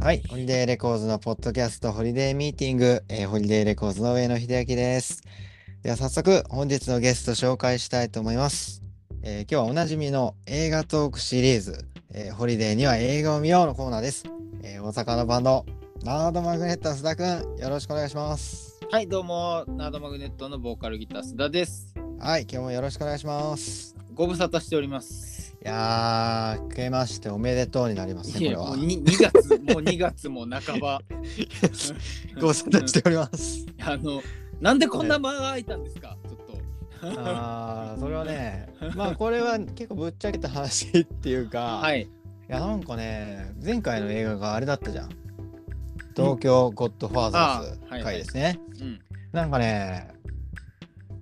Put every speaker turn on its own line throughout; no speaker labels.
はい、ホリデーレコーズのポッドキャストホリデーミーティング、えーホリデーレコーズの上野秀明です。では早速本日のゲスト紹介したいと思います。えー今日はおなじみの映画トークシリーズ、えーホリデーには映画を見ようのコーナーです。えー大阪のバンド、ナードマグネット須田くん、よろしくお願いします。
はい、どうも、ナードマグネットのボーカルギター、須田です。
はい、今日もよろしくお願いします。
ご無沙汰しております。
いやー、明けましておめでとうになりますね、
い
こ
や
れ
も
は
う。に 2, 月、もう2月も半ば。
ご無沙汰しております。
あの、なんでこんな間が空いたんですかちょっと。
あーそれはねまあこれは結構ぶっちゃけた話っていうか、、
はいい。
やなんかね前回の映画があれだったじゃん東京ゴッドファーザ
あー
ー
は
ズ
い
回ですね、
うん。
なんかね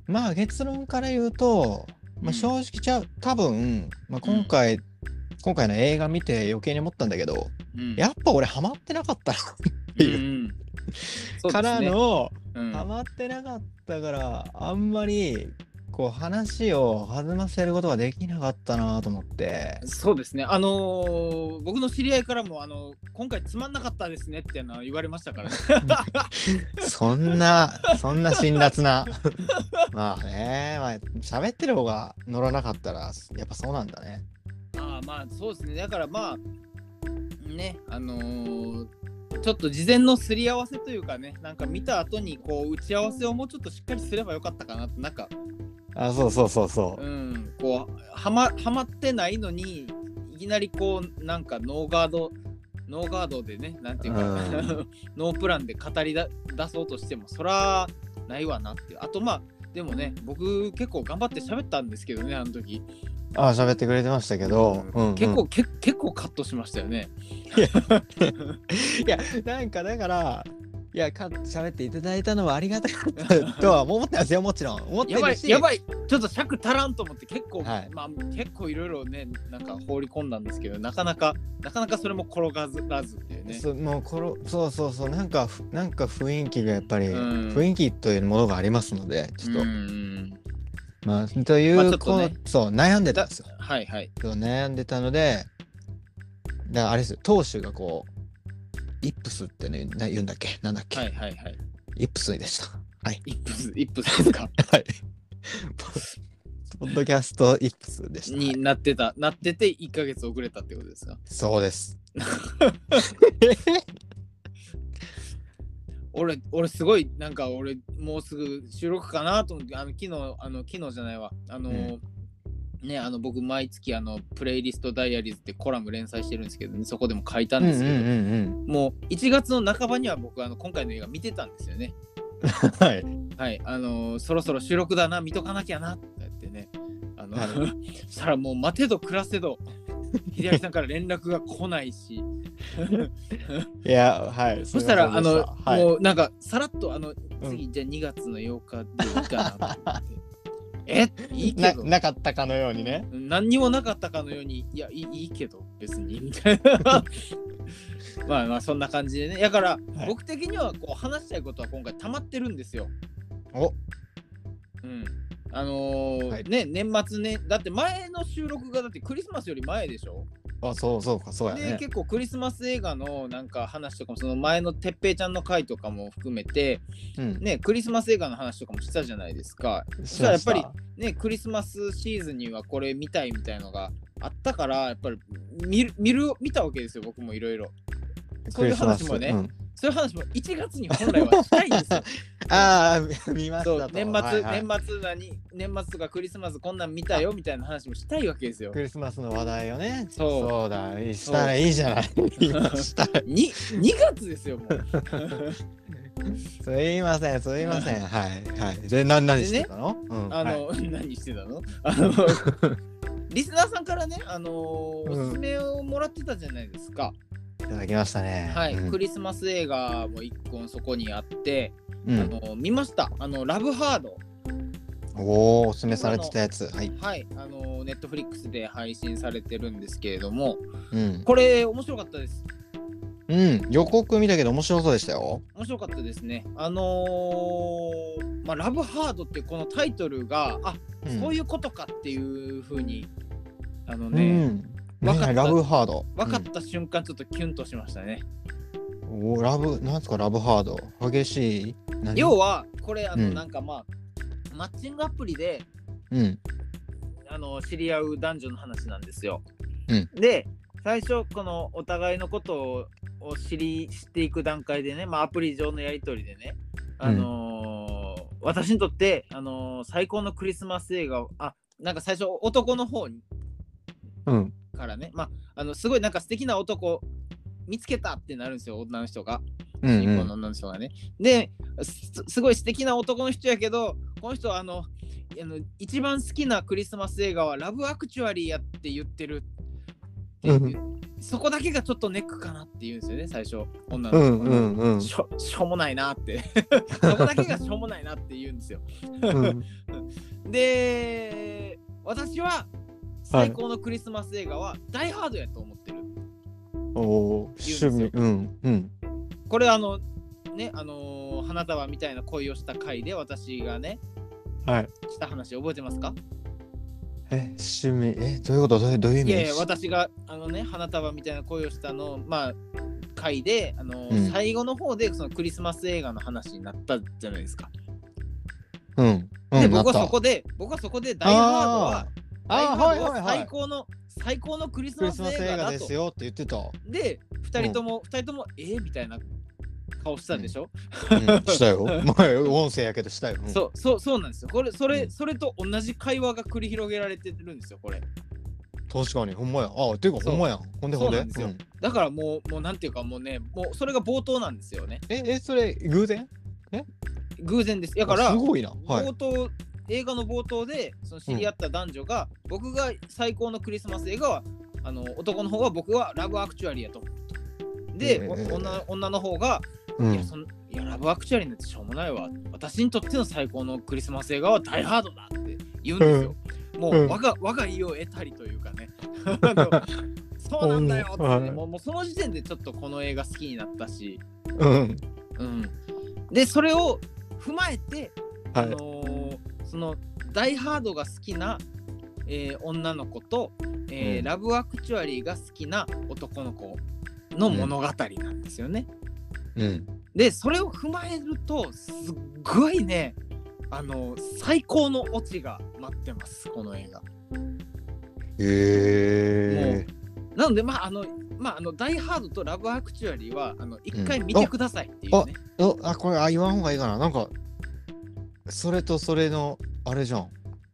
まあ結論から言うと、ま
う
あ、
ん
正直ちゃう多分、まあ、今回、今回の映画見て余計に思ったんだけど
うん。
やっぱ俺ハマってなかったな
うん
ていう
うんそうですね
から、の、
うん
ハマってなかったからあんまりこう話を弾ませることができなかったなと思って
そうですね。あのー僕の知り合いからも、あの今回つまんなかったですねっていうのは言われましたから、 ね。
そん なそんな辛辣な まあねまあ喋ってる方が乗らなかったらやっぱそうなんだね
ああまあそうですねだからまあねあのーちょっと事前のすり合わせというかねなんか見た後にこう打ち合わせをもうちょっとしっかりすればよかったかなってなんか
あそうそうそうそ
うんこうはまはまってないのにいきなりこうなんかノーガードノーガードでねなんていうか、
うん
ノープランで語りだ出そうとしてもそらないわなっていうあとまあでもね僕結構頑張って喋ったんですけどねあの時
あ喋ってくれてましたけど、うんうん
結構け結構カットしましたよね
いやなんかだからいやか喋っていただいたのはありがたかったとは思ってますよもちろん思って
やば
る
い
し
やばいちょっと尺足らんと思って結構、
はい
まあ結構いろいろねなんか放り込んだんですけどなかなかなかなかそれも転がらずっていうね
そうもうこのそうそうそうなんかふなんか雰囲気がやっぱり、
うん
雰囲気というものがありますのでちょっと、
うん
まあという、
まあちょっとね
こうそう悩んでたんですよ
はいはい
そう悩んでたのでだからあれですよ投手がこうイップスってねな言うんだっけなんだっけ、
はいはいはい
イップスでした はい
一 分一分ですか
はいポポッドキャストイップスでした、
になってたなってて1ヶ月遅れたってことですか
そうです
俺俺すごいなんか俺もうすぐ収録かなと思ってあの昨日あの昨日じゃないわあの、
うん
ねあの僕毎月あのプレイリストダイアリーズってコラム連載してるんですけど、ね、そこでも書いたんですけど、
うんうんうん
もう1月の半ばには僕あの今回の映画見てたんですよね。
うんはい
はい、あのーそろそろ収録だな、見とかなきゃなって言ってね。あの
な
そしたらもう待てど暮らせど、秀明さんから連絡が来ない し、
いやはい
そしたら、
す
あ
いません
の
でたはい
もうなんかさらっとあの
うん
次、じゃあ2月の8日でいいかなと思って。えいいけ
な
ど
なかったかのようにね
何にもなかったかのように、いや、いいいいけど、別に、みたいな。 まあまあ、そんな感じでね。だから、
はい
僕的にはこう話したいことは今回溜まってるんですよ。
お
うん。あのー
はい
ね、年末ね、だって前の収録がだってクリスマスより前でしょ、
あそうそうかそうや
で、
ね
結構クリスマス映画のなんか話とかも、その前のてっぺいちゃんの回とかも含めて、
うん
ね、クリスマス映画の話とかもしたじゃないですか。
し
したら
ま
やっ
した
ぱりね、クリスマスシーズンにはこれ見たいみたいのがあったから、やっぱり見る見る見たわけですよ、僕もいろいろ。そういう話もね、
クリスマスうん
そういう話も1月に本来はしたいん ですよ。
ああ見ました
そ
と
う年末、
はいはい
年末何、年末とかクリスマスこんなん見たよみたいな話もしたいわけですよ
ク。リスマスの話題をね
そう
そうだしたらいいじゃない今したい
に2月ですよ、も う。
すいませんすいませんはいはいで何何してたの、うん
あ
はい
の、何してたのあのリスナーさんからね、あのーおすすめをもらってたじゃないですか。
いただきましたね
はい、
うん
クリスマス映画も一個そこにあって、
う
あ
ん、
の見ましたあのラブハード
おおおすすめされてたやつはい
はいあのネットフリックスで配信されてるんですけれども
うん、
これ面白かったです
うん、予告見たけど面白そうでしたよ
面白かったですねあのーまあラブハードってこのタイトルがあ、
うん
そういうことかっていう風にあの
う
ね、
ん
わかった
ねラブハード
分かった瞬間ちょっとキュンとしましたね、
うんおラブ、なんですか、ラブハード。激しい。何
要はこれあの
うん
なんかまあマッチングアプリで
うん。
あの知り合う男女の話なんですよ。
うん
で最初このお互いのことをを知り知っていく段階でね、まあ、アプリ上のやり取りでね、あのー私にとって、あのー最高のクリスマス映画をあなんか最初男の方に
うん。
からね、まあ、あのすごいなんか素敵な男見つけたってなるんですよ女の人が。
うん、
主人
う
公
ん。
の女の人がね。ですすごい素敵な男の人やけどこの人はあのあの一番好きなクリスマス映画は「ラブ・アクチュアリー」やって言ってるっていう
う
そこだけがちょっとネックかなって言うんですよね最初
うん
女の子、
うんうん
しょしょうもないなって そこだけがしょうもないなって言うんですよ。
うん
で私は最高のクリスマス映画は「ダイ・ハード」やと思ってる。
おー趣味うんうん
これあのねあのー花束みたいな恋をした回で私がね
はい
した話覚えてますか
え趣味えどういうことどういうどういう意味
いやいや私があのね花束みたいな恋をしたのまあ回で、あのー
うん
最後の方でそのクリスマス映画の話になったじゃないですか。
うんうんな
で
っ
僕は
た
そこで僕はそこでダイハードはダイ
あ
ハ
ーは
ー
い
ド
はい
は
は
最
い
高の最高のクリス
ク
マ
リス
ス
マス
映
映
画
画
だ
で
と
す。よって言ってた、う
で2人とも、二人ともえー、みたいな顔したでしょ、
ん、した よ前音声やけどしたよ、うん
そうそうそうなんですよ。これそれ、
うん
それと同じ会話が繰り広げられてるんですよこれ。
確かにほんまやあていうか
そう
ほんまやんほんでほんで
そうなんですよ
うん
だからもう、もうなんていうかもうね、もうそれが冒頭なんですよね。
ええそれ偶然
偶然です。だから、
あすごいなはい
冒頭、映画の冒頭で、その知り合った男女が、僕が最高のクリスマス映画は、あの男の方は僕はラブアクチュアリーやと思った。で、
ええ
お女女の方が、
う
いやそん、いや、ラブアクチュアリーなんてしょうもないわ。私にとっての最高のクリスマス映画はダイハードだって言うんですよ。もう、
うん
我が我が意を得たりというかね。 あのそうなんだよって、
うんはい
もうもうその時点でちょっとこの映画好きになったし、
うん
うん、でそれを踏まえて、
は
あ
い
のーその「ダイ・ハード」が好きな、えー女の子と、えー
うん
ラブ・アクチュアリー」が好きな男の子の物語なんですよね。
うん
でそれを踏まえるとすっごいねあの最高のオチが待ってますこの映画。
へえ
なのでまああのまああの「ダイ・ハード」と「ラブ・アクチュアリーは」あの一回見てくださいっていうね。
おあこれあ言わん方がいいかななんかそれとそれのあれじゃん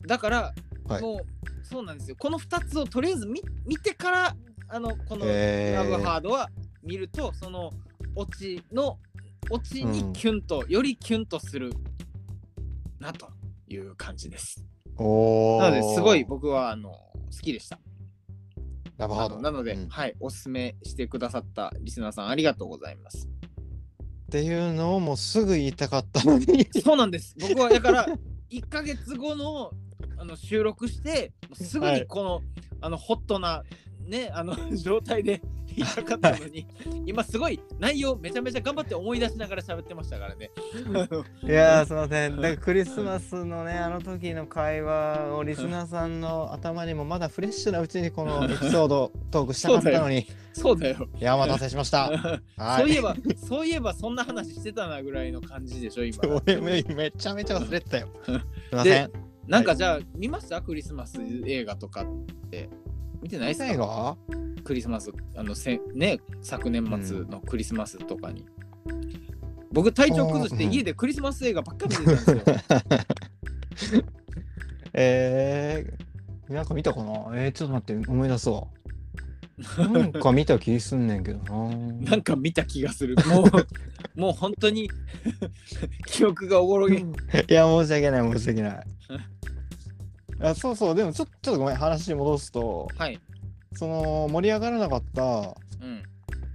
だから、
はい
もうそうなんですよこの2つをとりあえず見見てからあのこの「
へ
ラブ
え
ハード」は見ると、そのオチのオチにキュンと、よりキュンとするなという感じです
おー
なのですごい僕はあの好きでした
ラブハード
あのなので、
うん
はいおすすめしてくださったリスナーさんありがとうございます
っていうのをもうすぐ言いたかったのに
そうなん です僕はだから1ヶ月後のあの収録してすぐにこの,、あのホットなねあの 状態で言いたかったのに、今すごい内容めちゃめちゃ頑張って思い出しながら喋ってましたからね
いやーすいませんだからクリスマスのねあの時の会話をリスナーさんの頭にもまだフレッシュなうちにこ のエピソードをトークしたかったのに
そうだ よ
いやお待たせしましたはい
そういえばそういえばそんな話してたなぐらいの感じでしょ今
俺めめちゃめちゃ忘れてたよすいません
なんかじゃあ見ましたクリスマス映画とかって見てないです
最
か
後
クリスマスあのせね昨年末のクリスマスとかに、僕体調崩して
あーうん
家でクリスマス映画ばっかり見てたん ですよ
えー、なんか見たかなえー、ちょっと待って思い出そうなんか見た気すんねんけどな
なんか見た気がす るもうもう本当に 記憶がおぼろげ
いや、申し訳ない、申し訳ない。 あそうそう、でもちょちょっとごめん、話に戻すと、
はい
その盛り上がらなかった
うん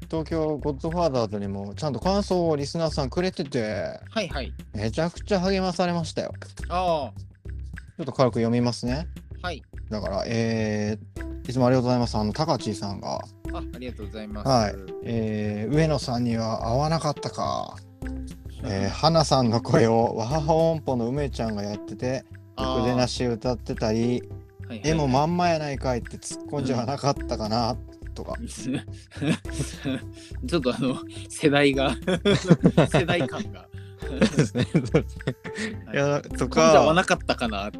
東京ゴッドファーザーズにも、ちゃんと感想をリスナーさんくれてて、
はいはい
めちゃくちゃ励まされましたよ。
あ
ちょっと軽く読みますね。
あはい
だから、えー、いつもありがとうございます。あの、高知さんが、
あありがとうございます、
はいえー、上野さんには合わなかったか。えー、花さんの声を、わはは音符の梅ちゃんがやってて、
あー
腕なし歌ってたり、
はいはい
絵もまんまやないかいって突っ込んじゃなかったかな、とか。
ちょっとあの世代 が世代感が
そうですね。そうですね いや、と
今度は
か、
なかったかなって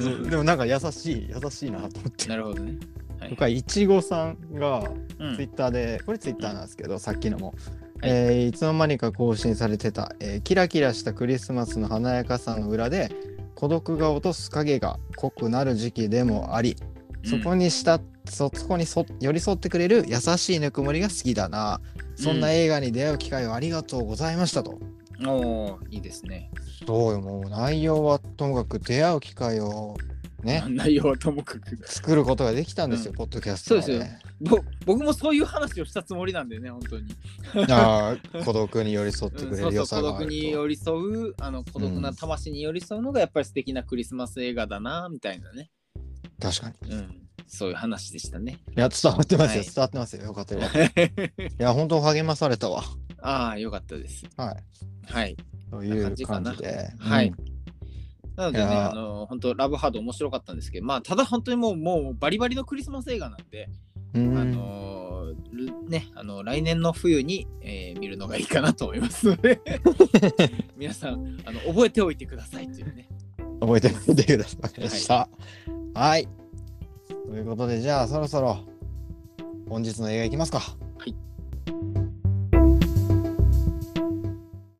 そうでもなんか優しい、優しいなと思って。
なるほどね、はい
僕はイチゴさんが
うん
ツイッターで、これツイッターなんですけど、さっきのも、えーいつの間にか更新されてた、えーキラキラしたクリスマスの華やかさの裏で孤独が落とす影が濃くなる時期でもありそこにした、そそこにそ寄り添ってくれる優しいぬくもりが好きだなそんな映画に出会う機会をありがとうございましたと、
うんおーいいですね
どうよもう内容はともかく出会う機会をね
内容はともかく
作ることができたんですよ、
うん
ポッドキャストはね
そうですぼ僕もそういう話をしたつもりなんでね本当に、
あー孤独に寄り添って
うん
くれ
そ
る
うそ
良
う
さ
孤
があ
独
ると
に寄り添うあの孤独な魂に寄り添うのがやっぱり素敵なクリスマス映画だなみたいなね、
確かに
うん、そういう話でしたね
いや伝わってますよ、
はい
伝わってますよよかったよかったいや、本当励まされたわ。
ああよかったです
はい。
はい
という
こん
感
な感
じ
じ
で。
はい
うん
なのでね、
いやー
あの本当ラブハード面白かったんですけど、まあ、ただ本当にもう、もうバリバリのクリスマス映画なんで、
うん
あのーね、あの来年の冬に、えー見るのがいいかなと思います ので、皆さんあの、覚えておいてくださいっていうね。
覚えておいてください。わかりました。はい。ということで、じゃあそろそろ本日の映画いきますか。
はい。